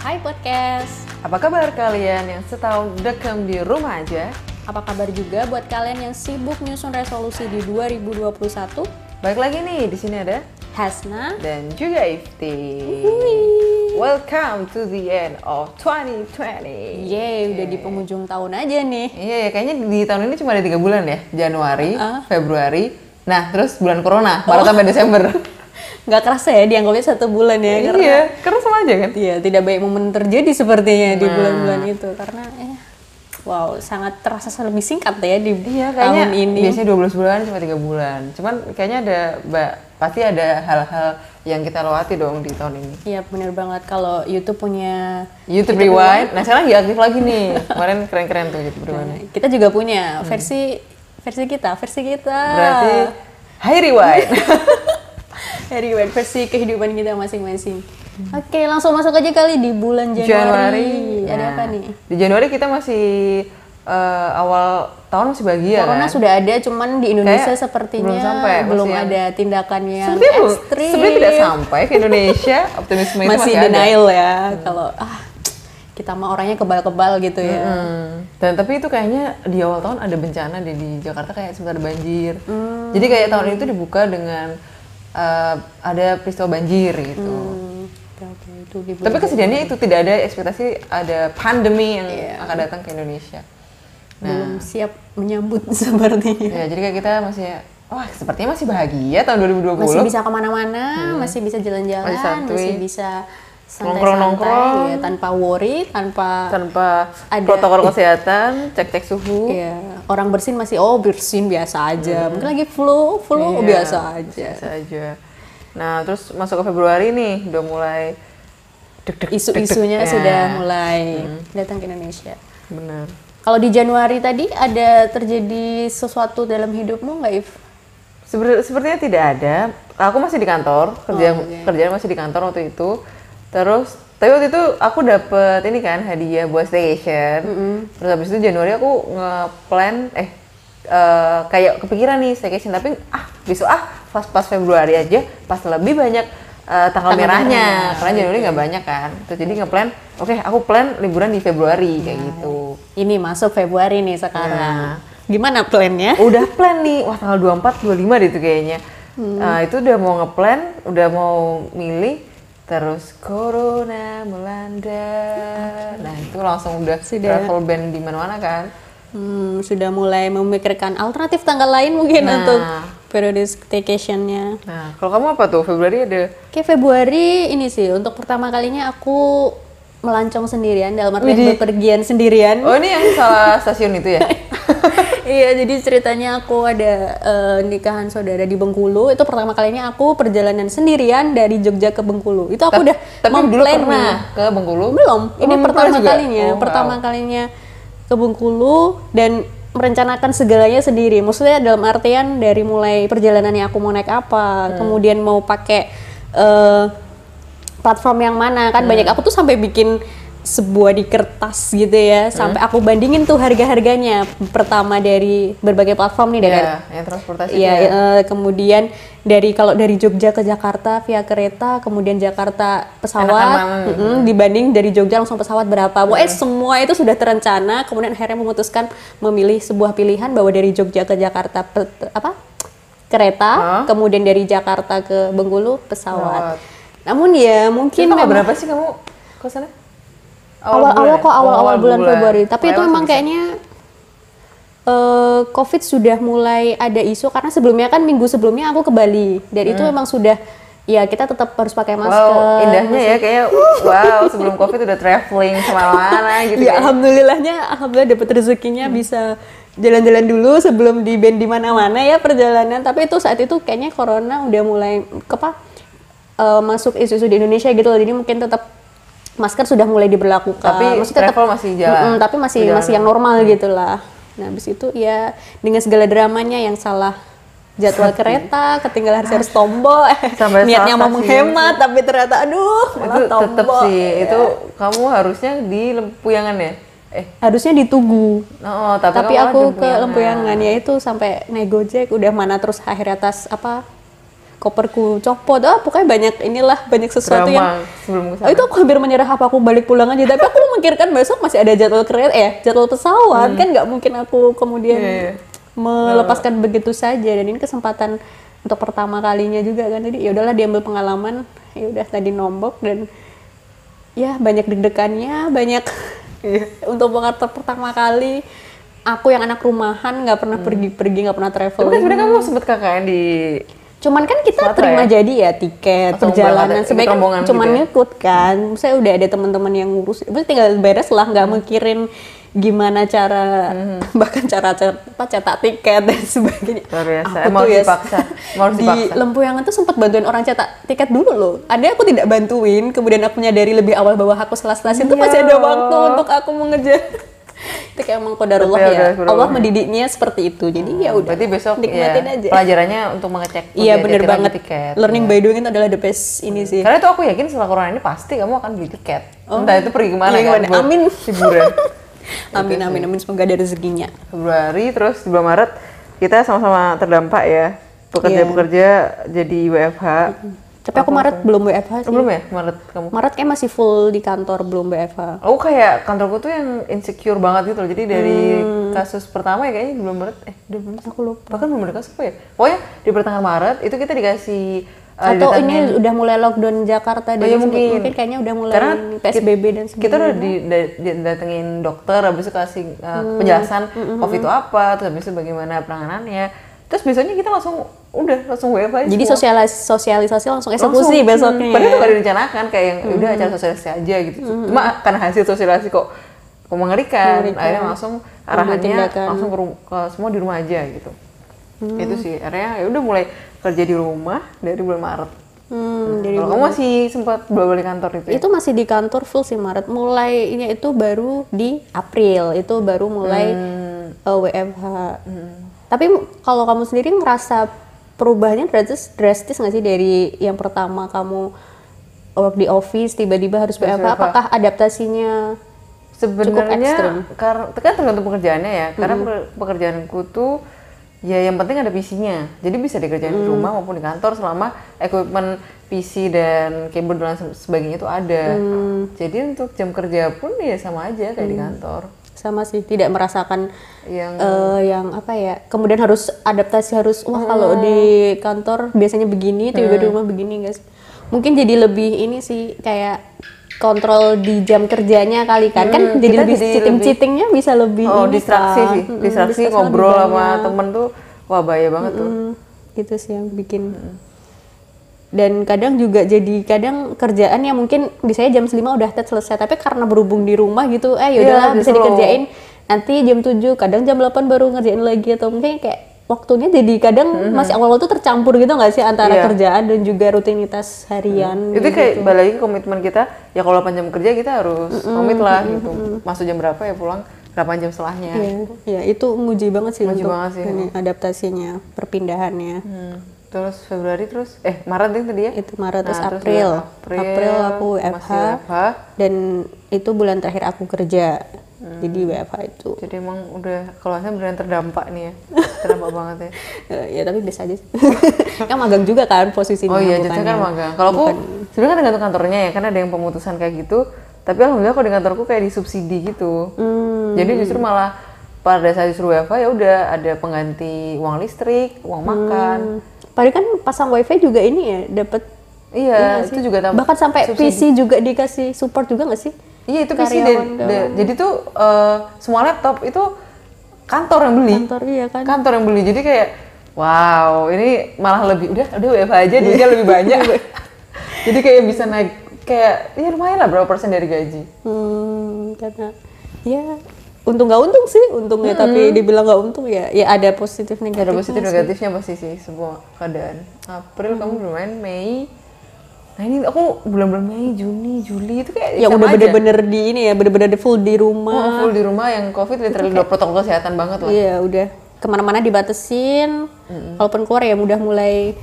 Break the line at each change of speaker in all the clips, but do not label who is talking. Hai Podcast.
Apa kabar kalian yang setahun dekem di rumah aja?
Apa kabar juga buat kalian yang sibuk nyusun resolusi di 2021?
Balik lagi nih, di sini ada
Hasna.
dan juga Ifti. Welcome to the end of 2020.
Yeay, udah di penghujung tahun aja nih.
Iya, ya, kayaknya di tahun ini cuma ada tiga bulan ya, Januari,
Ah. Oh.
Februari. Nah, terus bulan Corona, Maret sampai Desember.
Nggak kerasa ya dianggapnya satu bulan ya. Karena
iya, karena sama aja kan.
Iya, tidak baik momen terjadi sepertinya
Nah.
di bulan-bulan itu. Karena eh, wow, sangat terasa lebih singkat ya di
Iya, kayaknya
tahun ini.
biasanya 12 bulan cuma tiga bulan. Cuman kayaknya ada ba- pasti ada hal-hal yang kita lewati dong di tahun ini.
Iya, bener banget. Kalau YouTube punya
YouTube Rewind. Nah, sekarang nggak aktif lagi nih. Kemarin keren-keren tuh gitu YouTube Rewind.
kita juga punya versi versi kita, versi kita.
Hmm. Berarti Hai Rewind.
Dari web versi kehidupan kita masing-masing. Oke, langsung masuk aja kali di bulan Januari. Ada
Nah,
apa nih?
Di Januari kita masih eh, awal tahun masih bahagia
Corona
kan?
sudah ada, cuman di Indonesia
Kayak
sepertinya
belum sampai,
belum
masih yang-
ada tindakan yang
Sebenarnya belum,
ekstrim.
sebenarnya tidak sampai ke Indonesia. Optimisme itu
masih
masih, ada. Hmm.
denial ya kalau ah kita mah orangnya kebal-kebal gitu ya.
Hmm. Dan tapi itu kayaknya di awal tahun ada bencana deh di Jakarta kayak sempat ada banjir.
Hmm.
Jadi kayak tahun itu dibuka dengan eh, ada peristiwa banjir gitu.
Hmm, oke, oke, itu di bulan
Tapi kesedihannya itu tidak ada ekspektasi ada pandemi yang
Iya.
akan datang ke Indonesia.
belum
nah.
siap menyambut sepertinya.
Ya, jadi kayak kita masih wah sepertinya masih bahagia tahun 2020.
Masih bisa kemana-mana, masih bisa jalan-jalan,
Iya, Hmm. Masih santuy.
masih bisa
Nongkrong-nongkrong.
santai-santai ya, tanpa worry, tanpa
tanpa
Ada.
protokol kesehatan, cek-cek suhu.
Iya, orang bersin masih oh bersin biasa aja. Mungkin lagi flu, flu
Hmm. Iya,
biasa aja.
Biasa aja. Nah, terus masuk ke Februari nih udah mulai deg-deg Ya,
Isu-isunya
deg-degnya.
sudah mulai
Hmm.
datang ke Indonesia.
Bener.
Kalau di Januari tadi ada terjadi sesuatu dalam hidupmu nggak, If?
Seber- sepertinya tidak ada. Aku masih di kantor, kerjaan
oke.
kerjaan masih di kantor waktu itu. Terus tapi waktu itu aku dapet ini kan hadiah buat staycation. Terus habis itu Januari aku nge-plan eh eh, kayak kepikiran nih staycation tapi ah besok ah pas pas Februari aja pas lebih banyak eh, tanggal
Tanggal merah,
merahnya karena Januari nggak banyak kan. Terus jadi nge-plan, oke aku plan liburan di Februari kayak gitu.
Ini masuk Februari nih sekarang.
Iya.
Gimana plannya?
udah plan nih wah tanggal 24 25 deh itu kayaknya
Hmm.
Nah, itu udah mau ngeplan udah mau milih terus corona melanda nah itu langsung udah
Hmm. Sudah.
travel ban di mana-mana kan
Hmm, sudah mulai memikirkan alternatif tanggal lain mungkin
Nah.
untuk periode staycationnya.
nah kalau kamu apa tuh Februari ada
Oke Februari ini sih untuk pertama kalinya aku melancong sendirian dalam artian
Widih.
bepergian sendirian.
oh ini yang salah stasiun itu ya
iya, jadi ceritanya aku ada eh, nikahan saudara di Bengkulu. Itu pertama kalinya aku perjalanan sendirian dari Jogja ke Bengkulu. Itu aku udah
tapi dulu
memplan nah.
pernah
nih.
ke Bengkulu
Belum. Ini
belum pernah
pertama
juga?
kalinya,
Oh, wow.
pertama kalinya ke Bengkulu dan merencanakan segalanya sendiri. Maksudnya dalam artian dari mulai perjalanannya aku mau naik apa,
Hmm.
kemudian mau pakai eh, platform yang mana
Hmm.
kan banyak aku tuh sampai bikin sebuah di kertas gitu ya sampai
Hmm.
aku bandingin tuh harga-harganya pertama dari berbagai platform nih dari
ya yang transportasi
Iya,
ya.
eh, kemudian dari kalau dari Jogja ke Jakarta via kereta, kemudian Jakarta pesawat,
Enakan
mm-mm, dibanding dari Jogja langsung pesawat berapa? Pokoknya semua itu sudah terencana, kemudian akhirnya memutuskan memilih sebuah pilihan bahwa dari Jogja ke Jakarta pe- apa? kereta, kemudian dari Jakarta ke Bengkulu pesawat. Namun ya
Itu
mungkin
tanggal
memang-
berapa sih kamu ke sana
awal-awal
bulan
kok
ya? Oh,
awal-awal bulan, Februari. Tapi itu memang kayaknya eh, COVID sudah mulai ada isu karena sebelumnya kan minggu sebelumnya aku ke Bali dan itu memang sudah ya kita tetap harus pakai masker.
Hmm. Wow, indahnya ya kayaknya. Wow, sebelum covid udah traveling kemana-mana gitu. Hmm.
Ya
kayaknya.
alhamdulillahnya alhamdulillah dapat rezekinya bisa jalan-jalan dulu sebelum di band di mana-mana ya perjalanan. Tapi itu saat itu kayaknya corona udah mulai apa eh, masuk isu-isu di Indonesia gitu loh. Jadi mungkin tetap masker sudah mulai diberlakukan.
Tapi travel masih jalan.
Mm-mm, tapi masih
Jalan. Hmm.
masih yang normal gitu lah. Nah, habis itu ya dengan segala dramanya yang salah jadwal kereta, ketinggalan harus harus tombol,
Ah.
eh,
Sampai
niatnya
salah
mau
stasiun.
menghemat tapi ternyata aduh malah
itu tetep
tombol.
sih.
Ya.
Itu kamu harusnya di Lempuyangan ya? Eh,
harusnya di Tugu.
no, tapi,
tapi
kamu malah
aku
di
ke Lempuyangan ya itu sampai naik Gojek udah mana terus akhirnya atas apa koperku copot ah pokoknya banyak inilah banyak sesuatu
Drama
yang
sebelum
Oh, itu aku hampir menyerah apa aku balik pulang aja tapi aku memikirkan besok masih ada jadwal kereta eh jadwal pesawat kan nggak mungkin aku kemudian
Hmm. Iya, Nah. iya.
melepaskan begitu saja dan ini kesempatan untuk pertama kalinya juga kan jadi ya udahlah diambil pengalaman ya udah tadi nombok dan ya banyak deg-degannya banyak
Iya.
untuk pengantar pertama kali aku yang anak rumahan nggak pernah pergi-pergi nggak pernah
Hmm. Tapi kan
traveling
sebenarnya kamu sempet KKN di
Cuman kan kita
Selatan
terima
ya?
jadi ya tiket
Atau
perjalanan
berangkat,
sebaiknya
rombongan gitu
cuman
ya?
ngikut kan. Saya udah ada teman-teman yang ngurus, itu tinggal beres lah nggak
Hmm.
mikirin gimana cara bahkan cara cara- apa, cetak tiket dan sebagainya.
Luar biasa,
Aku
emang
tuh
harus
ya,
dipaksa, emang harus
di
dipaksa.
Lempuyangan tuh sempat bantuin orang cetak tiket dulu loh. Ada aku tidak bantuin, kemudian aku menyadari lebih awal bahwa aku salah stasiun tuh
Iya.
masih ada waktu untuk aku mengejar. itu kayak emang kodarullah
Betul,
ya.
betul.
Allah mendidiknya seperti itu. Jadi ya udah.
berarti besok ya,
nikmatin aja.
pelajarannya untuk mengecek
Iya
untuk
bener
ceceran
banget.
tiket. Iya. Hmm.
Learning by doing itu adalah the best ini sih.
Karena itu aku yakin setelah corona ini pasti kamu akan beli tiket. Entah itu pergi kemana
Iya,
kan.
gimana?
buat
Amin.
Liburan.
Amin amin amin semoga ada rezekinya.
Februari terus di bulan Maret kita sama-sama terdampak ya. Pekerja-pekerja jadi WFH.
Mm-hmm. Tapi aku Maret belum WFH sih.
Belum ya Maret kamu?
Maret kayak masih full di kantor belum WFH.
Aku kayak kantorku tuh yang insecure banget gitu loh. Jadi dari kasus pertama ya kayaknya di bulan Maret eh udah belum
Hmm. Aku lupa.
bahkan belum ada kasus apa ya. Pokoknya di pertengahan Maret itu kita dikasih uh,
Atau
didatengin-
ini udah mulai lockdown Jakarta
Oh,
dan
ya mungkin.
kayaknya udah mulai
Karena
PSBB dan sebagainya.
kita udah di- da- didatengin dokter habis itu kasih uh,
Hmm.
penjelasan covid itu apa terus habis itu bagaimana penanganannya terus besoknya kita langsung udah langsung WFH aja
Jadi
semua.
sosialis sosialisasi langsung
Langsung. hmm.
eksekusi besoknya. ya. Hmm.
padahal itu gak direncanakan kayak yang "Ya udah acara sosialisasi aja gitu cuma karena hasil sosialisasi kok kok mengerikan,
Mengerikan.
akhirnya langsung arahannya
tindakan.
langsung ke, rum- ke semua di rumah aja gitu
Hmm.
itu sih akhirnya ya udah mulai kerja di rumah dari bulan Maret
Hmm, jadi
kalau kamu masih sempat bolak balik kantor itu ya?
itu masih di kantor full sih Maret. Mulai ini itu baru di April itu baru mulai eh, WFH. Tapi m- kalau kamu sendiri ngerasa perubahannya drastis drastis nggak sih dari yang pertama kamu work di office tiba-tiba harus
Terus
WFH?
WFH.
Apakah adaptasinya? ekstrim. Mm-hmm.
sebenarnya karena kan tergantung pekerjaannya ya karena pe- pekerjaanku tuh ya yang penting ada PC-nya jadi bisa dikerjain
Mm-hmm.
di rumah maupun di kantor selama equipment PC dan keyboard dan se- sebagainya itu ada
Mm.
jadi untuk jam kerja pun ya sama aja kayak di kantor
sama sih tidak merasakan
Yang-
eh, yang apa ya kemudian harus adaptasi harus wah kalau di kantor biasanya begini tiba-tiba di rumah begini guys mungkin jadi lebih ini sih kayak kontrol di jam kerjanya kali kan kan jadi
kita
lebih
jadi
cheating cheatingnya bisa lebih
oh
ini
distraksi
kan.
sih
Mm-mm,
distraksi
lebih
ngobrol sama
banyak.
temen tuh wah bahaya banget tuh
Mm, gitu sih yang bikin
Hmm.
dan kadang juga jadi kadang kerjaan yang mungkin biasanya jam 5 udah tet selesai tapi karena berhubung di rumah gitu eh yaudahlah
Iya,
bisa
gitu loh.
dikerjain nanti jam 7 kadang jam 8 baru ngerjain lagi atau mungkin kayak waktunya jadi kadang masih awal-awal tuh tercampur gitu nggak sih antara
Hmm. Iya. Hmm.
kerjaan dan juga rutinitas harian
itu kayak balik lagi ke komitmen kita ya kalau 8 jam kerja kita harus komit lah gitu masuk jam berapa ya pulang 8 jam setelahnya
ya, ya, itu nguji banget sih
Nguji
untuk
banget sih.
ini, adaptasinya perpindahannya
Hmm, Terus Februari terus eh Maret deh tadi ya?
itu Maret terus
Nah, terus
April.
April,
April aku WFH
masih WFH.
dan itu bulan terakhir aku kerja jadi
Hmm.
WFH itu
Jadi emang udah kalau saya beneran terdampak nih ya. Terdampak banget ya.
Eh, ya tapi biasa aja sih. kan magang juga kan posisinya
Oh iya,
bukan
jadinya kan
yang-
magang. Kalau aku
bukan-
sebenarnya kan tergantung kantornya ya, karena ada yang pemutusan kayak gitu. Tapi alhamdulillah kalau di kantorku kayak disubsidi gitu.
Hmm.
Jadi justru malah pada saat disuruh WFH ya udah ada pengganti uang listrik, uang makan.
padahal kan pasang wifi juga ini ya dapat
Iya, itu juga tambah.
bahkan sampai
subsidi.
PC juga dikasih support juga nggak sih
Iya itu
Karyawan
PC dan-
doang.
dan- jadi tuh eh, semua laptop itu kantor yang beli.
kantor iya kan
Kantor yang beli. Jadi kayak wow, ini malah lebih udah udah WFH aja duitnya lebih banyak. jadi kayak bisa naik kayak ya lumayan lah berapa persen dari gaji.
Hmm, karena ya untung nggak untung sih untungnya tapi dibilang nggak untung ya ya ada positif
Hmm. Ada
negatifnya
positif
sih.
negatifnya pasti sih semua keadaan. April kamu belum main, Mei. Nah ini aku bulan-bulan Mei, Juni, Juli itu kayak
yang Ya, udah
sama aja.
bener-bener di ini ya bener-bener di full di
Oh,
rumah
full di rumah yang covid literally udah protokol kesehatan banget lah.
iya udah kemana-mana dibatasin kalaupun keluar ya udah mulai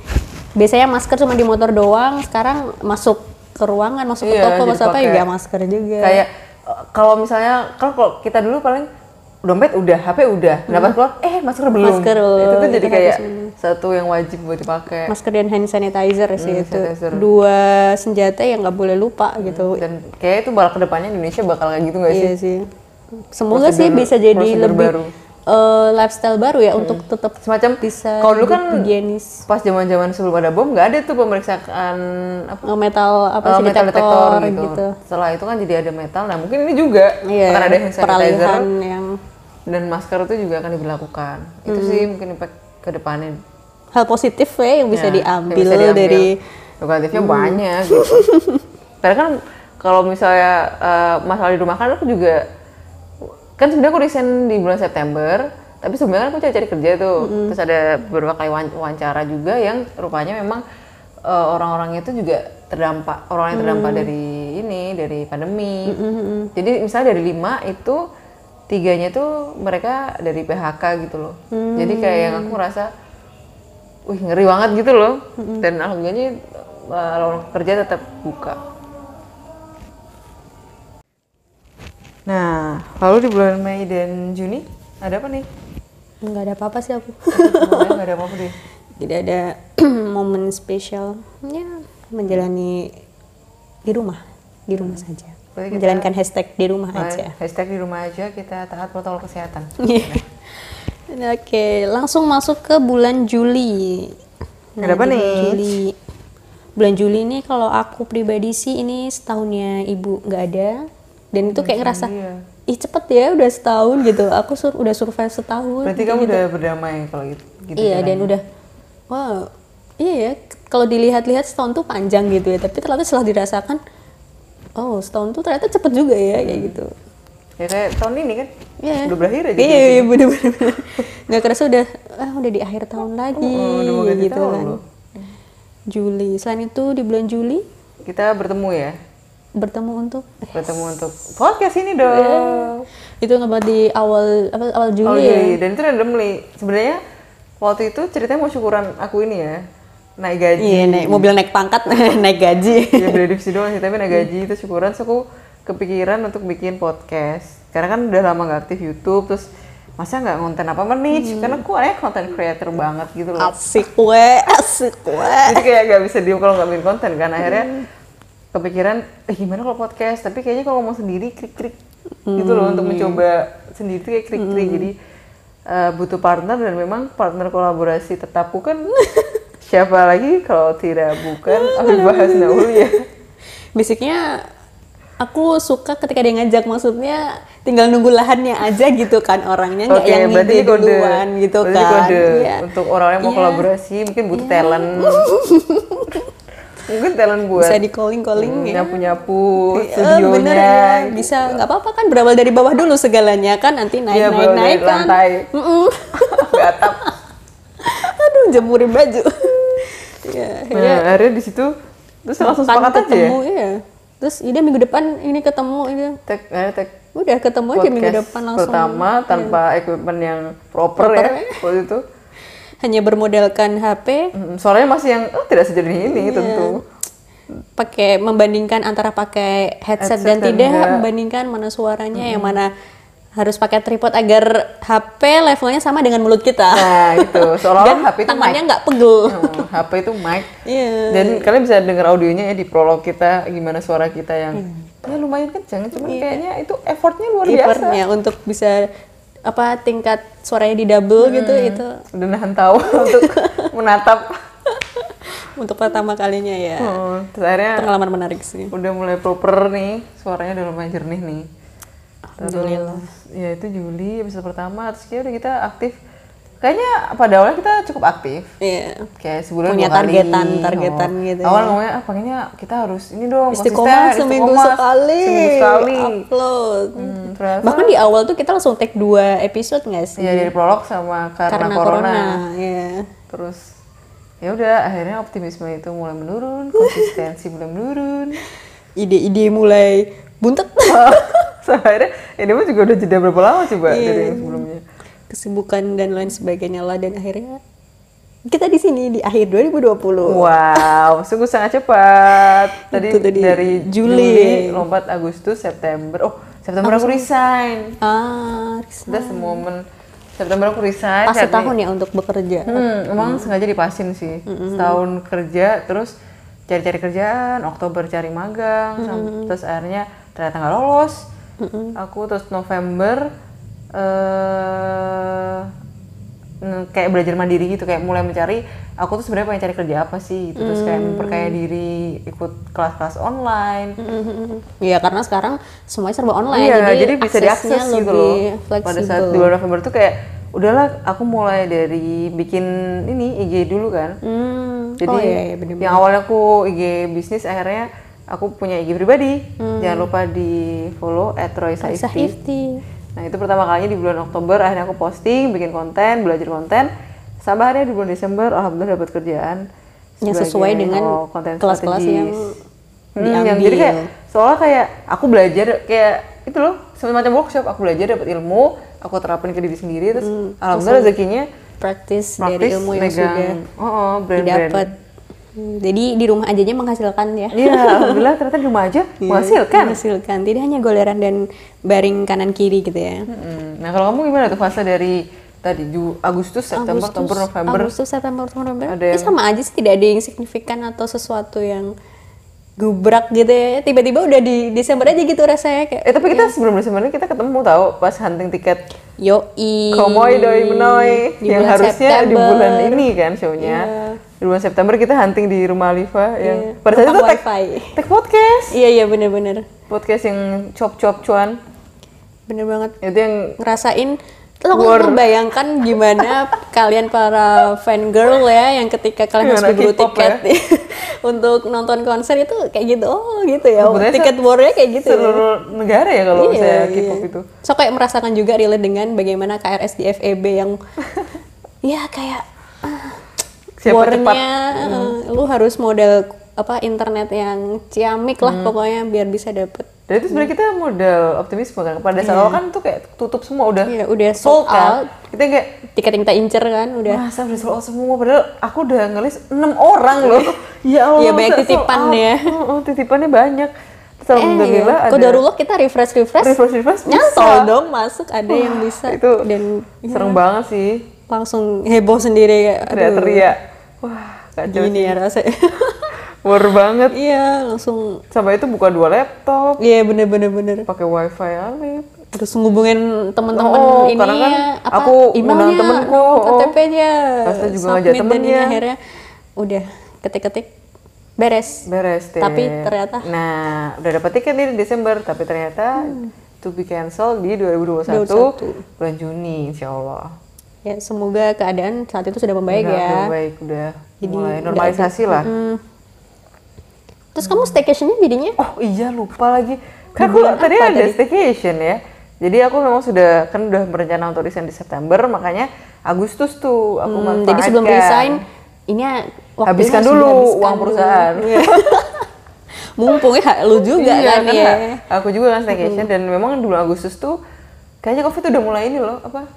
biasanya masker cuma di motor doang sekarang masuk ke ruangan masuk ke
Iya,
toko
jadi
masuk apa ya
pakai.
juga masker juga
kayak eh, kalau misalnya kalau kalau kita dulu paling dompet udah, HP udah, kenapa keluar? Eh masker belum.
Hmm. Masker
itu tuh
belum,
jadi
itu
kayak
harus ini.
satu yang wajib buat dipakai.
masker dan hand sanitizer sih
Hmm,
itu
sanitizer.
dua senjata yang nggak boleh lupa gitu
Dan kayak itu bakal kedepannya Indonesia bakal kayak gitu nggak sih?
iya sih semoga sih
Prosedur-
bisa jadi
prosedur
lebih
baru.
eh, lifestyle baru ya untuk tetap
Semacam
bisa
kalau dulu
hidup
kan
higienis
pas zaman-zaman sebelum ada bom nggak ada tuh pemeriksaan apa
Eh, metal apa
eh,
sih
metal detektor
detektor
gitu.
gitu,
Setelah itu kan jadi ada metal. Nah mungkin ini juga
Iya,
akan Kan ada hand sanitizer
peralihan yang
dan masker itu juga akan diberlakukan. Itu
Hmm.
sih mungkin impact kedepannya.
hal positif ya yang bisa
Ya,
diambil
yang bisa diambil.
dari Hmm.
negatifnya banyak gitu. Karena kan kalau misalnya eh, masalah di rumah kan aku juga kan sebenarnya aku resign di bulan September tapi sebenarnya aku cari-cari kerja tuh
Hmm.
terus ada beberapa kali wan- wawancara juga yang rupanya memang eh, orang-orangnya itu juga terdampak orang yang terdampak
Hmm.
dari ini dari pandemi jadi misalnya dari lima itu tiganya tuh mereka dari PHK gitu loh
Hmm.
jadi kayak yang aku rasa wih ngeri banget gitu loh dan alhamdulillahnya eh, lowongan kerja tetap buka nah lalu di bulan Mei dan Juni ada apa nih
nggak ada apa-apa sih aku
Semuanya nggak ada apa-apa deh
tidak ada momen spesial ya menjalani di rumah di rumah saja
Berarti Hmm. kita-
menjalankan hashtag di rumah aja
hashtag di rumah aja kita taat protokol kesehatan
Iya. Oke, langsung masuk ke bulan Juli. Nah,
Ada apa
di bulan
nih?
Juli. Bulan Juli ini kalau aku pribadi sih ini setahunnya ibu nggak ada dan itu kayak ngerasa
Iya.
ih cepet ya udah setahun gitu. Aku sur udah survive setahun.
berarti kamu udah berdamai kalau gitu, gitu
iya dan
caranya.
udah wow iya ya kalau dilihat-lihat setahun tuh panjang gitu ya tapi ternyata setelah dirasakan oh setahun tuh ternyata cepet juga ya kayak gitu.
ya kayak tahun ini kan
Iya.
Hmm. udah berakhir aja ya?
Iya, iya, bener bener. bener. Nggak kerasa udah ah udah di akhir tahun lagi
Oh, udah mau ganti
gitu
tahun
kan.
loh.
Juli. Selain itu di bulan Juli
kita bertemu ya
bertemu untuk
bertemu untuk podcast ini
Iya.
dong
itu ngebuat di awal apa awal Juli
Oh
ya.
iya, iya. dan itu randomly. Sebenarnya waktu itu ceritanya mau syukuran aku ini ya naik gaji.
Iya, naik mobil naik pangkat, naik gaji.
Ya beda divisi doang sih, tapi naik gaji itu syukuran. Terus aku kepikiran untuk bikin podcast. Karena kan udah lama nggak aktif YouTube, terus masa nggak konten apa apa nih? Karena aku anaknya konten creator banget gitu loh.
Asik we, asik we.
Jadi kayak nggak bisa diem kalau nggak bikin konten kan. Akhirnya kepikiran, eh gimana kalau podcast? Tapi kayaknya kalau ngomong sendiri krik-krik gitu loh untuk
Hmm.
mencoba sendiri tuh kayak krik-krik. Jadi eh, butuh partner dan memang partner kolaborasi tetapku kan siapa lagi kalau tidak bukan Oh, Afifah Hasnaul ya.
Basicnya aku suka ketika dia ngajak maksudnya tinggal nunggu lahannya aja gitu kan orangnya nggak yang
berarti
ngide
ini kode.
duluan gitu
Berarti ini
kan.
kode.
Iya.
Untuk orang-orang yang mau
Iya.
kolaborasi mungkin butuh talent. mungkin talent buat
bisa di calling calling
hmm,
ya.
nyapu-nyapu
Eh, bener
studionya. gitu.
ya, bisa nggak apa-apa kan berawal dari bawah dulu segalanya kan nanti naik
Iya,
naik
berawal dari
naik kan
lantai.
Mm-mm.
Atap.
aduh jemurin baju ya,
Nah, akhirnya di situ terus langsung
kapan
sepakat aja ya.
ketemu ya terus ini minggu depan ini ketemu ini
Tek, akhirnya tek
udah ketemu aja
podcast
minggu depan langsung eh.
pertama tanpa equipment yang proper, ya waktu itu.
hanya bermodalkan HP
Mm, Suaranya masih yang oh, tidak sejernih ini
Iya.
tentu.
pakai membandingkan antara pakai headset,
Headset
dan,
dan
tidak
enggak.
membandingkan mana suaranya yang mana harus pakai tripod agar HP levelnya sama dengan mulut kita
Nah, itu seolah-olah HP itu mic.
tangannya nggak pegel
Hmm, HP itu mic.
Iya.
Dan kalian bisa dengar audionya ya di prolog kita gimana suara kita yang
Iya.
ya lumayan kencang, cuman kayaknya itu effortnya luar biasa.
Effortnya untuk bisa apa tingkat suaranya di double
Mm.
gitu itu
Dan nahan tahu untuk menatap.
untuk pertama kalinya ya.
Hmm, terus akhirnya
Pengalaman menarik sih.
udah mulai proper nih suaranya udah lumayan jernih nih
Alhamdulillah.
Terus, ya itu Juli episode pertama terus kayaknya udah kita aktif kayaknya pada awalnya kita cukup aktif
Iya.
kayak sebulan
Punya
dua kali.
targetan, targetan
Oh.
gitu
awal
ya.
ngomongnya ah pengennya kita harus ini dong
Istiqomah
konsisten,
seminggu
istiqomah,
sekali.
seminggu sekali
Upload.
Hmm, ternyata
Bahkan di awal tuh kita langsung take dua episode nggak sih?
ya dari prolog sama karena,
Karena
corona.
corona. Iya.
terus ya udah akhirnya optimisme itu mulai menurun konsistensi mulai menurun
Ide-ide mulai buntet.
so, akhirnya ini mah juga udah jeda berapa lama coba
Iya.
dari yang sebelumnya
Kesibukan dan lain sebagainya lah dan akhirnya kita di sini di akhir 2020.
Wow, sungguh sangat cepat. Tadi,
Itu tadi,
dari Juli.
Juli.
lompat Agustus, September. Oh, September aku resign.
Ah, resign.
That's the moment. September aku resign.
pas
saat
setahun ya untuk bekerja.
Hmm, emang sengaja dipasin sih.
Hmm,
Setahun kerja terus cari-cari kerjaan, Oktober cari
Hmm,
magang, sam- terus akhirnya ternyata nggak lolos. Aku terus November eh mm, kayak belajar mandiri gitu, kayak mulai mencari aku tuh sebenarnya pengen cari kerja apa sih gitu. Terus kayak
Hmm.
memperkaya diri, ikut kelas-kelas online.
Iya karena sekarang semuanya serba online
Hmm. Iya,
Nah, jadi,
jadi, bisa
aksesnya
diakses gitu loh.
lebih fleksibel.
Pada saat di bulan November tuh kayak udahlah aku mulai dari bikin ini IG dulu kan.
Hmm,
Jadi
oh iya, iya bener.
yang awalnya aku IG bisnis akhirnya aku punya IG pribadi.
Hmm.
Jangan lupa di follow @roysaifti.
Safety.
Nah itu pertama kalinya di bulan Oktober akhirnya aku posting, bikin konten, belajar konten. Sampai akhirnya di bulan Desember alhamdulillah dapat kerjaan
Yang
sebagai,
sesuai dengan
oh, konten
kelas-kelas yang
strategis. Hmm,
diambil.
yang jadi kayak seolah kayak aku belajar kayak itu loh semacam workshop aku belajar dapat ilmu aku terapin ke diri sendiri terus alhamdulillah rezekinya
praktis, dari
praktis
Hmm. ilmu yang
megang
sudah
oh, oh, brand-brand
didapat. Hmm, Jadi di rumah ajanya menghasilkan ya.
Iya, alhamdulillah ternyata di rumah aja
Iya.
menghasilkan.
Menghasilkan. Tidak hanya goleran dan baring kanan kiri gitu ya.
Mm-mm. Nah, kalau kamu gimana tuh fase dari tadi Ju- Agustus, September, Oktober, November?
Agustus, September, Oktober, November.
Ada
Ya
yang-
sama aja sih tidak ada yang signifikan atau sesuatu yang gubrak gitu ya. Tiba-tiba udah di Desember aja gitu rasanya kayak
Eh, tapi kita sebelum Desember ini kita ketemu tahu pas hunting tiket
yoi.
Komoy Doi Menoi
Di
yang
bulan
harusnya di
September. Iya.
bulan ini kan show-nya. Di bulan September kita hunting di rumah Alifa yang pada saat
Rumah
itu tag,
wifi.
tag podcast.
Iya iya bener-bener.
Podcast yang cuap-cuap cuan.
Bener banget.
Itu yang
ngerasain lo nggak bayangkan gimana kalian para fan girl ya yang ketika kalian harus
Gimana
berburu
Iya, K-pop ya.
tiket untuk nonton konser itu kayak gitu oh gitu ya
Sebenarnya
tiket warnya kayak gitu ya.
seluruh negara ya kalau
Iya,
saya
iya.
K-pop itu.
so kayak merasakan juga relate dengan bagaimana KRS di FEB yang ya kayak ah,
Siapa cepat Hmm.
warnya eh, lu harus model apa internet yang ciamik
Hmm.
lah pokoknya biar bisa dapet
Dan
Iya.
itu sebenarnya kita modal optimisme kan. Pada saat awal kan tuh kayak tutup semua udah
Iya, udah sold out.
kan. Kita kayak
tiket yang kita incer kan udah
masa udah sold out semua padahal aku udah ngelis 6 orang loh. ya Allah.
Iya, banyak
masa sold
titipan
out?
ya.
Heeh, titipannya banyak. Terus alhamdulillah
iya.
ada
Kodarullah kita refresh refresh
reverse reverse
nyantol dong masuk ada yang bisa
Itu
dan ya,
serem banget sih.
langsung heboh sendiri kayak, aduh,
Teriak-teriak. Wah, kacau.
gini ya rasanya
War banget.
iya langsung
Sampai itu buka dua laptop,
iya bener bener bener
pakai wifi alif.
terus ngubungin temen-temen
Oh,
ini
karena kan
apa
aku undang
emailnya,
temenku, oh.
KTP-nya
Pasti juga
submit, dan
ngajak
ini
temennya.
akhirnya udah ketik-ketik beres
beres deh.
Tapi ternyata-
nah udah dapat tiket nih di Desember tapi ternyata
Hmm.
to be cancel di 2021,
2021.
bulan Juni insya Allah
ya semoga keadaan saat itu sudah membaik
udah,
ya
udah baik udah
Jadi
mulai
udah
normalisasi lah
Hmm. terus kamu staycationnya jadinya
oh iya lupa lagi kan aku
Bulan
tadi
apa
ada
tadi?
staycation ya jadi aku memang sudah kan udah berencana untuk resign di September makanya Agustus tuh aku
Hmm, jadi sebelum
manfaatkan.
resign, ini waktu
habiskan dulu uang perusahaan
Iya. Mumpung ya lu juga
Iya,
kan ya.
Aku juga kan staycation dan memang di bulan Agustus tuh kayaknya Covid udah mulai ini loh apa?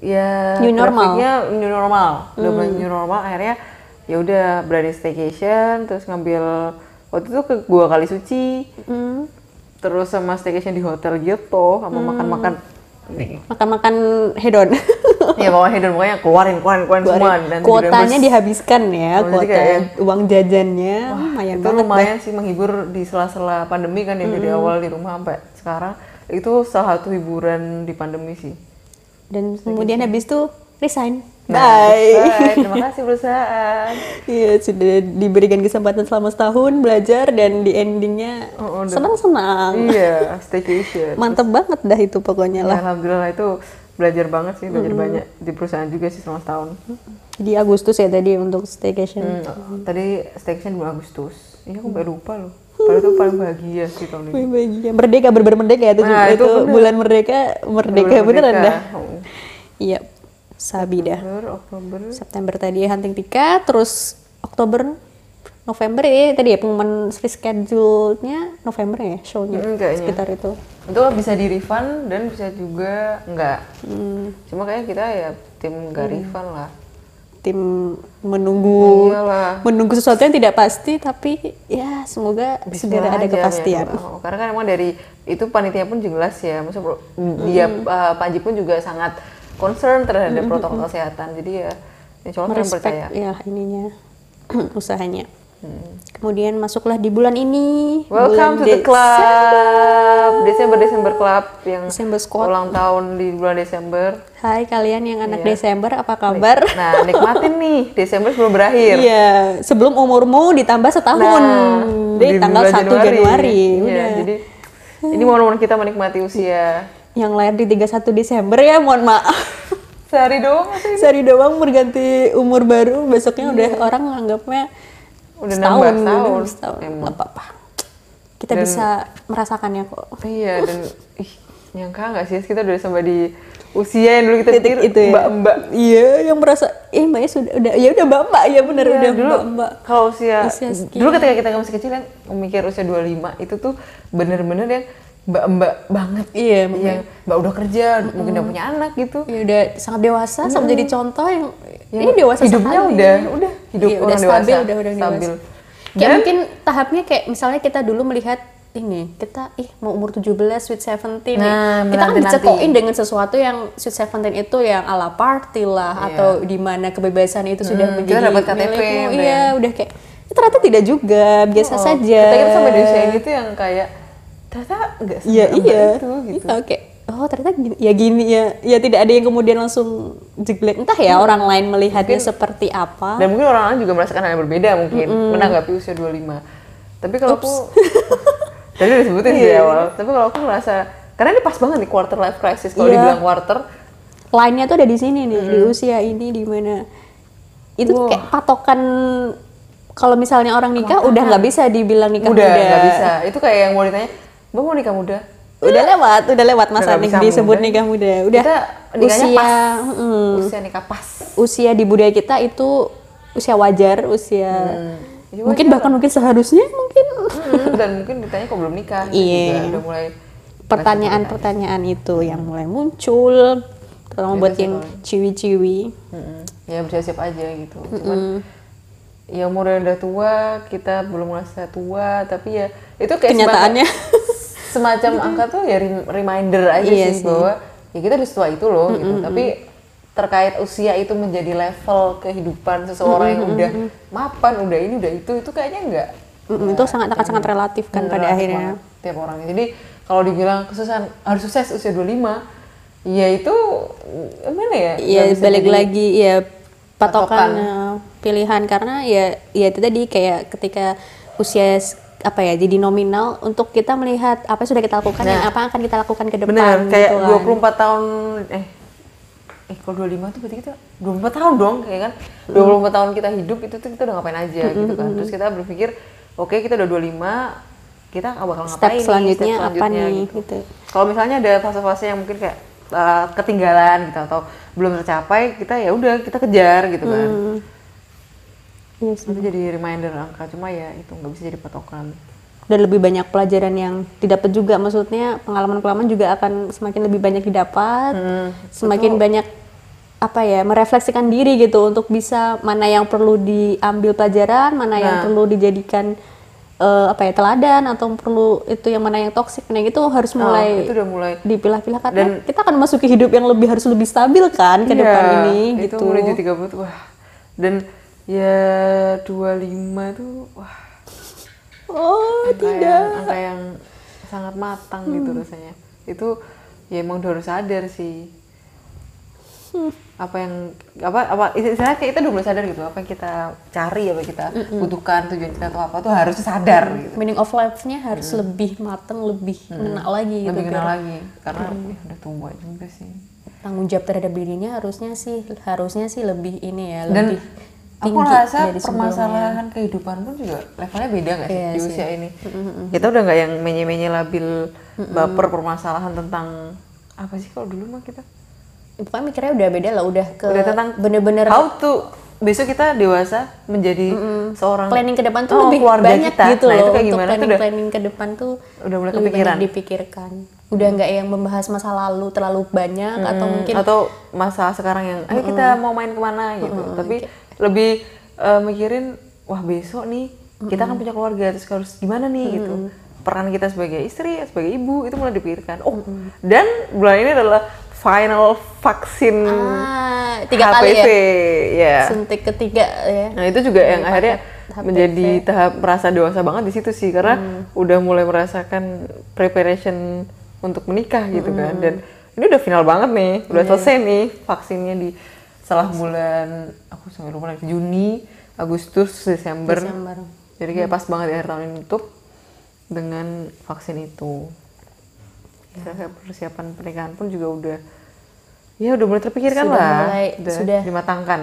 Ya
New normal. Mm.
grafiknya new normal. Udah mulai new normal akhirnya ya udah berani staycation terus ngambil waktu itu ke gua kali suci
Hmm,
terus sama staycation di hotel gitu sama
Mm.
makan-makan
Makan-makan hedon.
ya bawa hedon pokoknya keluarin keluarin keluarin semua dan
Kuotanya
di
dihabiskan ya,
Oh, jadi
kuota
kayak-
uang jajannya lumayan
itu
banget.
lumayan sih menghibur di sela-sela pandemi kan ya dari awal di rumah sampai sekarang itu salah satu hiburan di pandemi sih
Dan kemudian habis itu resign.
Nah, Bye. Terima kasih perusahaan.
Iya sudah diberikan kesempatan selama setahun belajar dan di endingnya
Oh, udah.
senang-senang.
iya, staycation.
Mantep banget dah itu pokoknya lah.
Ya, Alhamdulillah itu belajar banget sih, belajar banyak di perusahaan juga sih selama setahun.
Jadi Agustus ya tadi untuk staycation.
Mm, Tadi staycation bulan Agustus. Iya, aku sampai lupa loh. Padahal itu paling bahagia sih tahun ini.
Wih, bahagia. Merdeka, berber merdeka ya. Itu,
Nah,
itu
itu bener.
bulan merdeka, merdeka,
Bulan
beneran
merdeka.
dah.
Oh.
Iya, sabi dah.
Oktober, Oktober.
September tadi hunting tiket, terus Oktober, November ya tadi ya pengumuman reschedule-nya November ya show-nya
Mm, kayaknya.
sekitar itu.
Itu bisa di refund dan
Hmm.
bisa juga enggak. Cuma kayaknya kita ya tim enggak refund lah.
tim menunggu
Iyalah.
menunggu sesuatu yang tidak pasti tapi ya semoga segera ada
aja,
kepastian.
ya. Oh, karena kan emang dari itu panitia pun jelas ya, maksudnya pro- dia
Hmm.
eh, Panji pun juga sangat concern terhadap protokol kesehatan. Jadi ya insya Allah kalian
merespek
percaya. Hmm.
ya ininya usahanya. Kemudian masuklah di bulan ini.
Welcome
bulan
to the club. Desember Desember club yang
Desember Squad.
ulang tahun di bulan Desember.
Hai kalian yang anak Desember, apa kabar?
Iya. Nah, nikmatin nih Desember sebelum berakhir.
Iya, sebelum umurmu ditambah setahun
Nah,
di, tanggal
bulan
1 Januari.
Iya,
Udah.
jadi ini momen-momen kita menikmati usia
Yang lahir di 31 Desember ya, mohon maaf.
sehari doang sih.
Sehari doang berganti umur baru, besoknya udah orang nganggapnya
Iya. Udah
setahun,
nambah setahun.
udah setahun.
Emang.
Nggak apa-apa. Kita bisa merasakannya kok.
Iya dan ih, nyangka nggak sih kita udah sampai di usia yang dulu kita pikir
Titik itu ya.
mbak-mbak.
Iya, yang merasa eh mbaknya sudah udah ya udah mbak-mbak ya benar
Iya,
udah
dulu
mbak-mbak.
kalau usia,
Usia sekian.
dulu ketika kita masih kecil kan mikir usia 25 itu tuh bener-bener yang mbak-mbak banget.
Iya, mbak.
Yang mbak udah kerja, mungkin udah punya anak gitu.
Ya udah sangat dewasa, sangat jadi contoh yang ini dewasa
hidupnya
sekali.
udah udah hidup
Iya,
orang
udah stabil,
dewasa.
udah orang
stabil.
dewasa. Kayak
Dan-
mungkin tahapnya kayak misalnya kita dulu melihat ini kita ih mau umur 17 sweet 17 nih.
Nah,
kita kan
menanti-nanti.
dicekokin dengan sesuatu yang sweet 17 itu yang ala party lah atau di mana kebebasan itu sudah
Iya. Hmm,
menjadi
kita dapat KTP
milikmu.
udah.
Iya, udah kayak "Ya, ternyata tidak juga, biasa
Oh,
saja.
Kita kira sampai di usia ini tuh yang kayak ternyata enggak
Iya iya.
itu gitu.
Iya, oke. Oh ternyata gini, ya gini ya. Ya tidak ada yang kemudian langsung jeglek. Entah ya orang lain melihatnya seperti apa.
Hmm. Dan mungkin orang lain juga merasakan hal yang berbeda mungkin menanggapi usia 25. Tapi kalau aku tadi udah sebutin sih di
Iya.
awal, tapi kalau aku ngerasa karena ini pas banget nih quarter life crisis kalau
Iya.
dibilang quarter
Lainnya tuh ada di sini nih di
Hmm.
usia ini di mana itu tuh kayak patokan kalau misalnya orang nikah udah nggak bisa dibilang nikah
muda
muda.
nggak bisa. Itu kayak yang mau ditanya, "Mbak mau nikah muda?"
Udah lewat, udah lewat masa
nggak
nih
bisa
disebut
muda.
nikah muda. Udah
Kita nikahnya
usia
pas.
mm,
Usia nikah pas.
usia di budaya kita itu usia wajar, usia
Ya,
Hmm. mungkin bahkan mungkin seharusnya mungkin
Mm, dan mungkin ditanya kok belum nikah. Itu
Iya.
juga Udah mulai
pertanyaan-pertanyaan itu yang mulai muncul terutama buat yang ciwi-ciwi
Mm-mm. ya bersiap-siap aja gitu
Hmm.
cuman ya umurnya udah tua kita belum merasa tua tapi ya itu kayak
kenyataannya
semacam, semacam angka tuh ya rem- reminder aja
Iya sih.
sih, bahwa ya kita udah setua itu loh gitu tapi terkait usia itu menjadi level kehidupan seseorang yang udah mapan udah ini udah itu itu kayaknya enggak
Mm, itu sangat akan sangat relatif kan pada akhirnya
tiap orang jadi kalau dibilang kesusahan harus sukses usia 25 ya itu gimana ya
ya
Nggak bisa
balik
jadi-
lagi ya
patokan.
patokan eh, pilihan karena ya ya itu tadi kayak ketika usia s- apa ya jadi nominal untuk kita melihat apa yang sudah kita lakukan dan apa yang akan kita lakukan ke depan
Nah. Benar, kayak
gitu kan.
24 tahun eh eh kalau 25 tuh berarti kita 24 tahun dong kayak kan. 24 tahun kita hidup itu tuh kita udah ngapain aja gitu kan. Terus kita berpikir, oke kita udah 25 kita bakal
Step
ngapain nih,
selanjutnya apa nih, gitu.
Kalau misalnya ada fase-fase yang mungkin kayak eh, ketinggalan gitu atau belum tercapai, kita ya udah kita kejar gitu kan.
Mm. Iya sih.
Itu jadi reminder angka cuma ya itu nggak bisa jadi patokan.
dan lebih banyak pelajaran yang didapat juga maksudnya pengalaman-pengalaman juga akan semakin lebih banyak didapat
Hmm.
semakin banyak apa ya merefleksikan diri gitu untuk bisa mana yang perlu diambil pelajaran mana yang
Nah.
perlu dijadikan eh, apa ya teladan atau perlu itu yang mana yang toksik nah itu harus mulai
Oh, itu udah mulai
dipilah-pilah karena kita akan masuki hidup yang lebih harus lebih stabil kan ke
Iya,
depan ini gitu
itu menuju 30 tuh, wah dan ya 25 tuh wah
oh
angka
tidak Hmm.
yang, angka yang sangat matang gitu rasanya itu ya emang udah harus sadar sih
Hmm.
apa yang apa apa istilahnya kayak kita udah mulai sadar gitu apa yang kita cari apa yang kita butuhkan tujuan kita tuh apa tuh harus sadar gitu
meaning of life-nya harus lebih mateng lebih ngena lagi gitu
Hmm. lebih
biar-
kenal lagi karena ya udah tua juga sih
tanggung jawab terhadap dirinya harusnya sih harusnya sih lebih ini ya
dan
lebih
aku
tinggi
rasa
dari sebelumnya.
permasalahan kehidupan pun juga levelnya beda nggak sih
Iya
di
sih.
usia ini kita udah nggak yang menye-menye labil baper permasalahan tentang apa sih kalau dulu mah kita
pokoknya mikirnya udah beda lah udah ke
udah tentang
bener-bener
how to besok kita dewasa menjadi seorang
planning ke depan tuh
Oh,
lebih
keluarga
banyak
kita.
gitu
nah,
loh
itu kayak
untuk
gimana tuh
planning
udah
planning ke depan tuh
udah mulai
lebih
kepikiran.
banyak dipikirkan udah nggak yang membahas masa lalu terlalu banyak atau mungkin
Hmm, atau masalah sekarang yang ayo kita mau main kemana gitu tapi lebih eh, mikirin wah besok nih kita kan punya keluarga terus harus gimana nih gitu peran kita sebagai istri sebagai ibu itu mulai dipikirkan oh dan bulan ini adalah final vaksin
ah, tiga
HPV
kali ya
ya.
suntik ketiga ya
Nah itu juga yang akhirnya
HPV.
menjadi tahap merasa dewasa banget di situ sih karena
Hmm.
udah mulai merasakan preparation untuk menikah gitu
Hmm.
kan dan ini udah final banget nih
Iya.
udah selesai nih vaksinnya di setelah bulan aku sampai lupa lagi Juni Agustus Desember,
Desember. Hmm.
jadi kayak pas banget di akhir tahun ini tutup dengan vaksin itu
Iya.
Kira-kira persiapan pernikahan pun juga udah ya udah mulai terpikirkan
Sudah
lah
mulai-
udah
sudah.
dimatangkan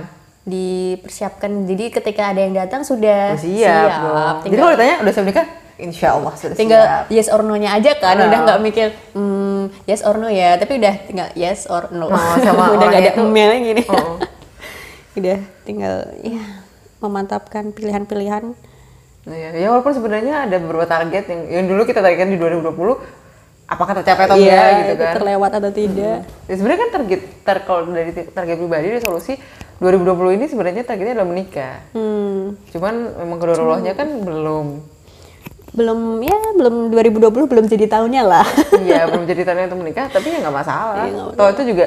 dipersiapkan jadi ketika ada yang datang sudah
Udah Oh, siap, dong. Jadi
tinggal,
kalau ditanya udah siap nikah, insya Allah sudah
tinggal
siap.
yes or no-nya aja kan
Nah.
udah nggak mikir "Hmm, yes or no ya tapi udah tinggal yes or no
Oh, sama
udah nggak
orangnya
ada
tuh.
emailnya gini
Oh.
udah tinggal ya memantapkan pilihan-pilihan
Nah, ya, ya walaupun sebenarnya ada beberapa target yang, yang dulu kita targetkan di 2020, apakah tercapai atau
Iya,
enggak gitu
itu
kan.
terlewat atau tidak
Ya, sebenarnya kan target tar, kalau dari ti- target pribadi resolusi 2020 ini sebenarnya targetnya adalah menikah.
hmm.
Cuman memang kedua rolohnya kan belum.
belum ya belum 2020 belum jadi tahunnya lah
Iya, belum jadi target untuk menikah, tapi ya nggak masalah.
Iya, nggak
Toh itu juga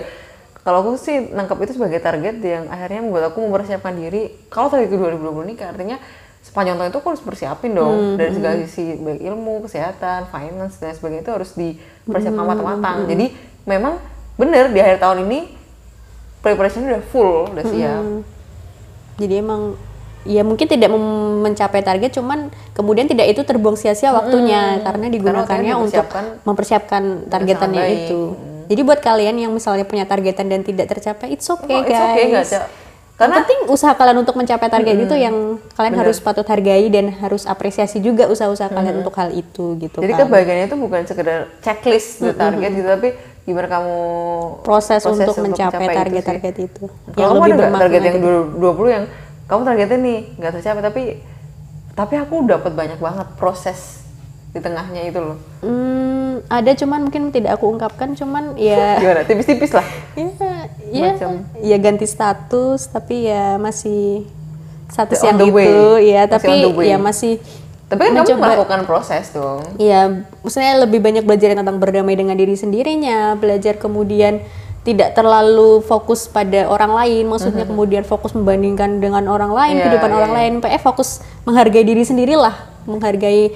kalau aku sih nangkap itu sebagai target yang akhirnya membuat aku mempersiapkan diri. Kalau target ke 2020 nikah artinya sepanjang tahun itu aku harus persiapin
Hmm,
dong dari segala sisi baik ilmu, kesehatan, finance dan sebagainya itu harus dipersiapkan
Hmm,
matang-matang. Jadi memang bener di akhir tahun ini preparation udah full, udah siap.
Hmm. jadi emang ya mungkin tidak mem- mencapai target cuman kemudian tidak itu terbuang sia-sia waktunya karena digunakannya
Hmm. waktunya
untuk
dipersiapkan
mempersiapkan targetannya
baik. Hmm.
itu jadi buat kalian yang misalnya punya targetan dan tidak tercapai it's okay
Oh, it's
guys
okay, nggak ada- Karena Hmm.
yang penting usaha kalian untuk mencapai target itu yang kalian harus patut hargai dan harus apresiasi juga usaha-usaha kalian untuk hal itu gitu
Hmm. Jadi
kan.
kebahagiaannya itu bukan sekedar checklist the target gitu, tapi gimana kamu
proses, untuk,
untuk
mencapai
mencapai itu
target-target
sih.
itu,
Kalau kamu ada nggak
bermakna
target yang
gitu.
20 yang kamu targetnya nih nggak tercapai tapi tapi aku dapat banyak banget proses di tengahnya itu loh.
Hmm, ada cuman mungkin tidak aku ungkapkan cuman ya
Gimana? Tipis-tipis lah.
ya ya
Macam-
ya ganti status tapi ya masih status
Masih on
yang
the way.
itu ya
Masih
tapi
on the way.
ya masih
Tapi kan kamu
mencoba-
melakukan proses dong.
Iya, maksudnya lebih banyak belajar tentang berdamai dengan diri sendirinya, belajar kemudian tidak terlalu fokus pada orang lain, maksudnya kemudian fokus membandingkan dengan orang lain,
Mm-hmm. Iya,
kehidupan
iya,
orang lain, PF fokus menghargai diri sendirilah, menghargai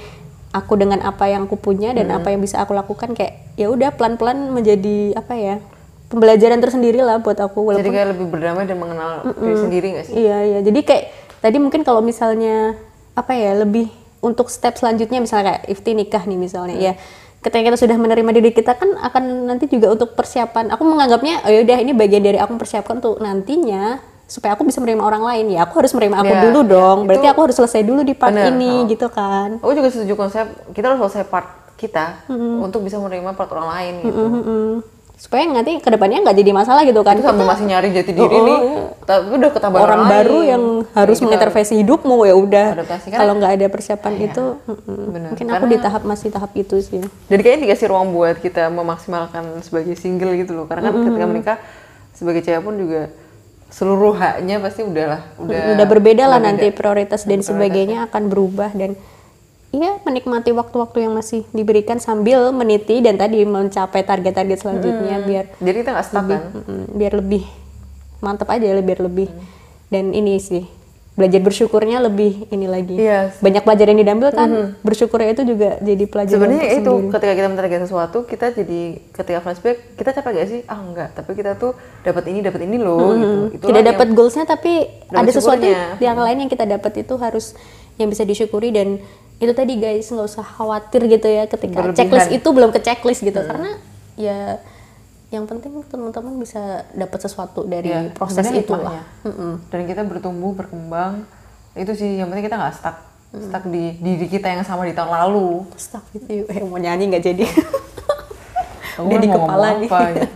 aku dengan apa yang aku punya dan
Mm-hmm.
apa yang bisa aku lakukan kayak ya udah pelan-pelan menjadi apa ya pembelajaran tersendiri lah buat aku walaupun
Jadi kayak lebih berdamai dan mengenal diri sendiri nggak sih?
Iya iya. Jadi kayak tadi mungkin kalau misalnya apa ya lebih untuk step selanjutnya misalnya kayak Ifti nikah nih misalnya ya. Ketika kita sudah menerima diri kita kan akan nanti juga untuk persiapan. Aku menganggapnya oh yaudah ini bagian dari aku mempersiapkan untuk nantinya supaya aku bisa menerima orang lain ya. Aku harus menerima aku
Iya,
dulu
iya.
dong. Berarti
Itu-
aku harus selesai dulu di part
Bener,
ini
oh.
gitu kan.
Aku juga setuju konsep kita harus selesai part kita untuk bisa menerima part orang lain gitu.
Mm-mm. Supaya nanti kedepannya nggak jadi masalah gitu kan.
itu sambil masih nyari jati diri
Oh, oh,
nih
iya.
tapi udah ketambahan
orang baru
lain. Iya.
yang harus
Jadi kita-
mengintervensi hidupmu ya udah
Adaptasi, kan?
kalau nggak ada persiapan itu mm-mm.
Bener.
mungkin aku
Karena-
di tahap masih tahap itu sih
jadi kayaknya dikasih ruang buat kita memaksimalkan sebagai single gitu loh karena kan ketika menikah sebagai cewek pun juga seluruh haknya pasti udahlah udah
udah, berbeda lah
udah
nanti
beda.
prioritas dan sebagainya akan berubah dan Iya, menikmati waktu-waktu yang masih diberikan sambil meniti dan tadi mencapai target-target selanjutnya
Hmm.
biar
jadi kita nggak stuck kan
mm, biar lebih mantap aja biar lebih
Hmm.
dan ini sih belajar bersyukurnya lebih ini lagi
Iya. Hmm.
banyak pelajaran yang diambil kan bersyukurnya itu juga jadi pelajaran
sebenarnya
untuk
itu
sendiri.
ketika kita menargetkan sesuatu kita jadi ketika flashback kita capek gak sih ah enggak tapi kita tuh dapat ini dapat ini loh gitu
tidak
Itulah yang-
dapat goalsnya tapi
Dapat
ada sesuatu
syukurnya.
yang lain yang kita dapat itu harus yang bisa disyukuri dan itu tadi guys nggak usah khawatir gitu ya ketika
Berlebihan.
checklist itu belum ke checklist gitu karena ya yang penting teman-teman bisa dapat sesuatu dari
Iya,
proses Hmm.
sebenarnya
itulah
hikmahnya. Dan kita bertumbuh, berkembang. Itu sih yang penting kita nggak stuck. Stuck di diri kita yang sama di tahun lalu.
stuff itu eh, mau nyanyi nggak jadi
Aku
udah
kan
di
mau ngomong
kepala nih
apa gitu.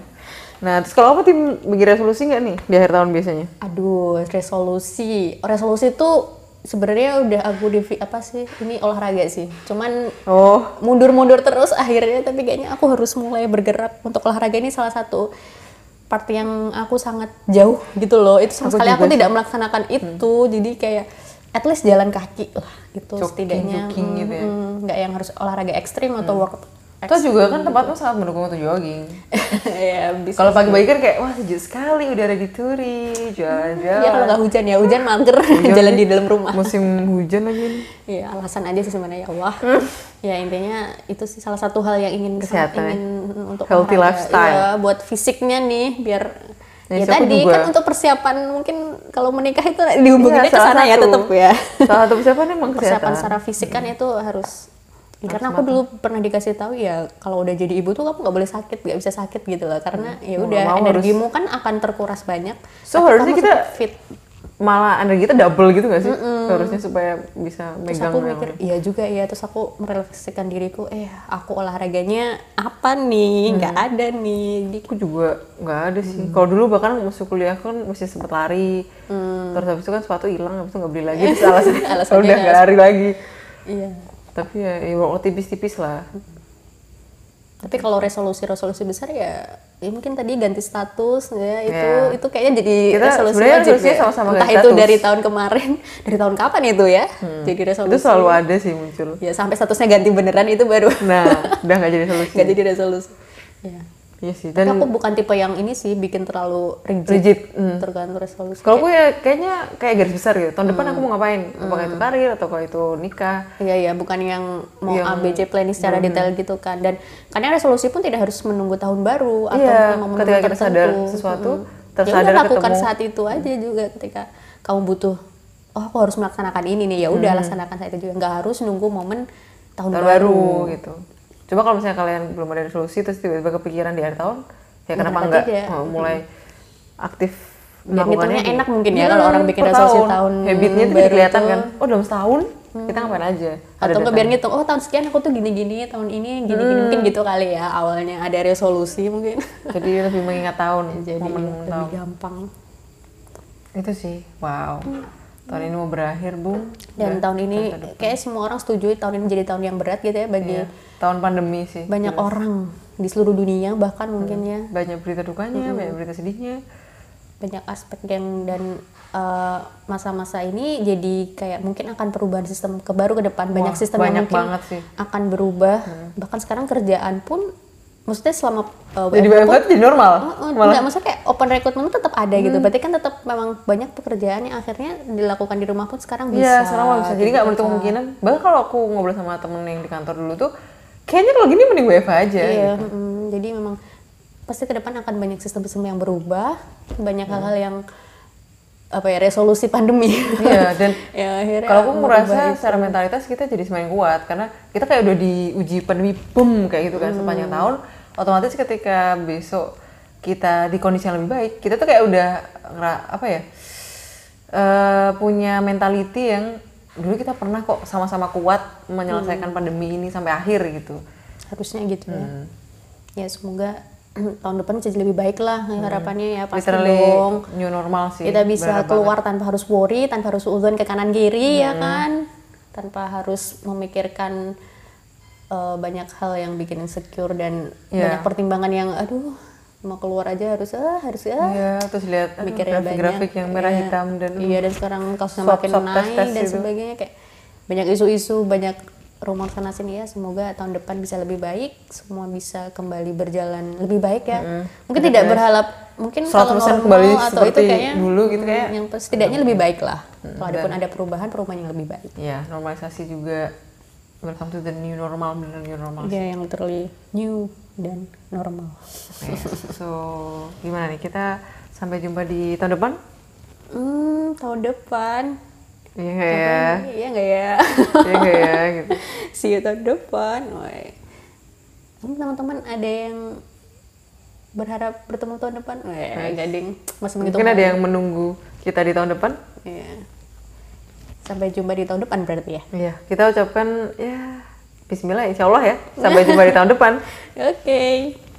Nah, terus kalau apa tim bagi resolusi nggak nih di akhir tahun biasanya?
Aduh, resolusi. Resolusi tuh sebenarnya udah aku di apa sih? Ini olahraga sih. Cuman
Oh,
mundur-mundur terus akhirnya tapi kayaknya aku harus mulai bergerak untuk olahraga ini salah satu part yang aku sangat jauh gitu loh. Itu sama
Aku
sekali
juga
aku
sih. Hmm.
tidak melaksanakan itu. Jadi kayak at least jalan kaki lah gitu
Jogging,
setidaknya.
jogging gitu ya. Hmm.
Mm, mm, nggak yang harus olahraga ekstrim atau workout.
terus juga kan tempatmu sangat mendukung untuk jogging.
ya, bisa.
Kalau pagi-pagi kan kayak wah sejuk sekali udara di Turi,
ya kalau
jalan-jalan.
nggak hujan ya hujan mangker jalan di dalam rumah.
Musim hujan lagi nih.
Iya, alasan aja sih sebenarnya ya Allah. ya intinya itu sih salah satu hal yang ingin
Hmm. Kesehatan ya.
ingin untuk
Healthy
olahraga.
lifestyle.
Iya, buat fisiknya nih biar ya
Ya, sih aku
tadi
juga.
kan untuk persiapan mungkin kalau menikah itu dihubunginnya
Iya,
ke
salah
sana ya
satu.
tetap ya.
Salah satu persiapan emang
persiapan
kesehatan.
secara fisik kan itu harus karena aku dulu pernah dikasih tahu ya kalau udah jadi ibu tuh kamu nggak boleh sakit nggak bisa sakit gitu loh karena ya
Hmm. mau
udah
nggak mau
energimu kan akan terkuras banyak tapi
So, harusnya
kamu
kita
tetap fit
Malah energi kita double gitu gak sih? Harusnya supaya bisa
terus
megang gitu.
aku
yang-
mikir iya juga ya terus aku merefleksikan diriku eh aku olahraganya apa
Hmm.
nih nggak ada nih Jadi,
aku juga nggak ada sih
Mm.
kalau dulu bahkan masuk kuliah aku kan mesti sempet lari terus habis itu kan sepatu hilang habis itu nggak beli lagi terus alasannya,
Mm. Alasannya
udah nggak lari lagi
iya
tapi ya, ya workout tipis-tipis lah
tapi kalau resolusi resolusi besar ya ya mungkin tadi ganti status ya itu
Iya.
itu kayaknya jadi
Kita
resolusi
sebenarnya
wajib
resolusinya
ya.
sama-sama
entah
ganti
itu
status. Hmm.
dari tahun kemarin dari tahun kapan itu ya jadi resolusi
itu selalu ada sih muncul
ya sampai statusnya ganti beneran itu baru
nah udah nggak jadi solusi
nggak jadi resolusi ya
iya sih
Tapi
dan
aku bukan tipe yang ini sih bikin terlalu rigid,
Rigid, hmm.
tergantung resolusi
kalau gue ya kayaknya kayak garis besar gitu tahun depan aku
Mm.
mau ngapain apakah itu karir atau kalau itu nikah
Iya iya, bukan yang mau
Yang-
ABC planning secara detail gitu kan. Dan kadang resolusi pun tidak harus menunggu tahun baru atau
iya
memang
ketika kita sadar sesuatu
ya
tersadar
udah lakukan
ketemu
saat itu aja juga ketika kamu butuh oh aku harus melaksanakan ini nih ya udah laksanakan saat itu juga nggak harus nunggu momen tahun,
tahun
baru.
baru gitu. Coba kalau misalnya kalian belum ada resolusi terus tiba-tiba kepikiran di akhir tahun, ya kenapa
Kenapa
enggak
tidak?
oh, mulai aktif
Biar
melakukannya
ngitungnya
di-
Hmm. enak mungkin ya
Hmm,
kalau orang bikin
per
resolusi tahun
habitnya tuh
baru
jadi kelihatan
itu. Hmm.
kan. Oh, dalam setahun kita ngapain aja? Ada Mm.
Atau nggak
data.
biar ngitung, oh tahun sekian aku tuh gini-gini, tahun ini gini-gini mungkin gitu kali ya awalnya ada resolusi mungkin.
Jadi lebih mengingat tahun,
Jadi
momen tahun.
lebih gampang.
Itu sih. Wow.
Hmm.
Tahun ini mau berakhir, Bung.
Dan tahun ini kayak semua orang setuju tahun ini menjadi tahun yang berat gitu ya bagi
Iya. tahun pandemi sih.
banyak orang di seluruh dunia bahkan
Hmm.
mungkin ya
Banyak berita
Hmm.
dukanya, banyak berita sedihnya.
banyak aspek yang dan eh, masa-masa ini jadi kayak mungkin akan perubahan sistem ke baru ke depan banyak
Wah,
sistem yang
banyak
mungkin
banget sih. Hmm.
akan berubah bahkan sekarang kerjaan pun maksudnya selama eh,
Jadi
WFH
banyak
pun-
banget jadi normal.
Heeh,
Malah
oh,
Hmm.
enggak, maksudnya kayak open recruitment tuh tetap ada gitu. Berarti kan tetap memang banyak pekerjaan yang akhirnya dilakukan di rumah pun sekarang bisa. gitu.
Iya, sekarang mah bisa. Jadi nggak menutup kemungkinan. Bahkan kalau aku ngobrol sama temen yang di kantor dulu tuh, kayaknya kalau gini mending WFH aja.
Iya, mm, jadi memang pasti ke depan akan banyak sistem-sistem yang berubah, banyak hal-hal yang apa ya resolusi pandemi.
Iya, dan
ya, akhirnya gitu.
Kalau aku
merubah
merasa
itu.
secara mentalitas kita jadi semakin kuat karena kita kayak udah diuji pandemi boom kayak gitu kan sepanjang
Hmm.
tahun. Otomatis ketika besok kita di kondisi yang lebih baik, kita tuh kayak udah ngera- apa ya? eh, punya mentality yang dulu kita pernah kok sama-sama kuat
Hmm.
menyelesaikan pandemi ini sampai akhir gitu.
harusnya gitu ya.
Hmm.
Ya semoga tahun depan jadi lebih baik lah harapannya ya pasti
Hmm. Literally
dong.
new normal sih.
Kita bisa
benar banget.
keluar tanpa harus worry, tanpa harus uzon ke kanan kiri ya kan, tanpa harus memikirkan eh, banyak hal yang bikin insecure dan banyak
Iya.
pertimbangan yang aduh mau keluar aja harus ah harus ah
Iya, terus lihat aduh,
mikirnya banyak
grafik-grafik yang merah
Iya.
hitam dan
iya dan sekarang kasusnya
swab-
makin
swab test-
naik
test
dan
gitu.
sebagainya kayak banyak isu-isu banyak rumor sana sini ya semoga tahun depan bisa lebih baik semua bisa kembali berjalan lebih baik ya mungkin tidak berharap mungkin kalau
100%
normal
kembali
atau itu
seperti
kayaknya
dulu gitu kayak.
yang setidaknya lebih baik lah kalau ada pun ada perubahan perubahan yang lebih baik
Iya, normalisasi juga welcome to the new normal, bener new normal.
ya yang literally new dan normal
Oke, so gimana nih kita sampai jumpa di tahun depan?
hmm tahun depan
Iya nggak ya?
iya nggak ya
Iya nggak ya? Gitu.
See you tahun depan. Woi. Ini teman-teman ada yang berharap bertemu tahun depan? Woi, gading. Masih begitu.
Mungkin ada yang menunggu kita di tahun depan.
Iya. Sampai jumpa di tahun depan berarti ya.
Iya, kita ucapkan ya Bismillah, Insya Allah ya. Sampai jumpa di tahun depan.
Oke.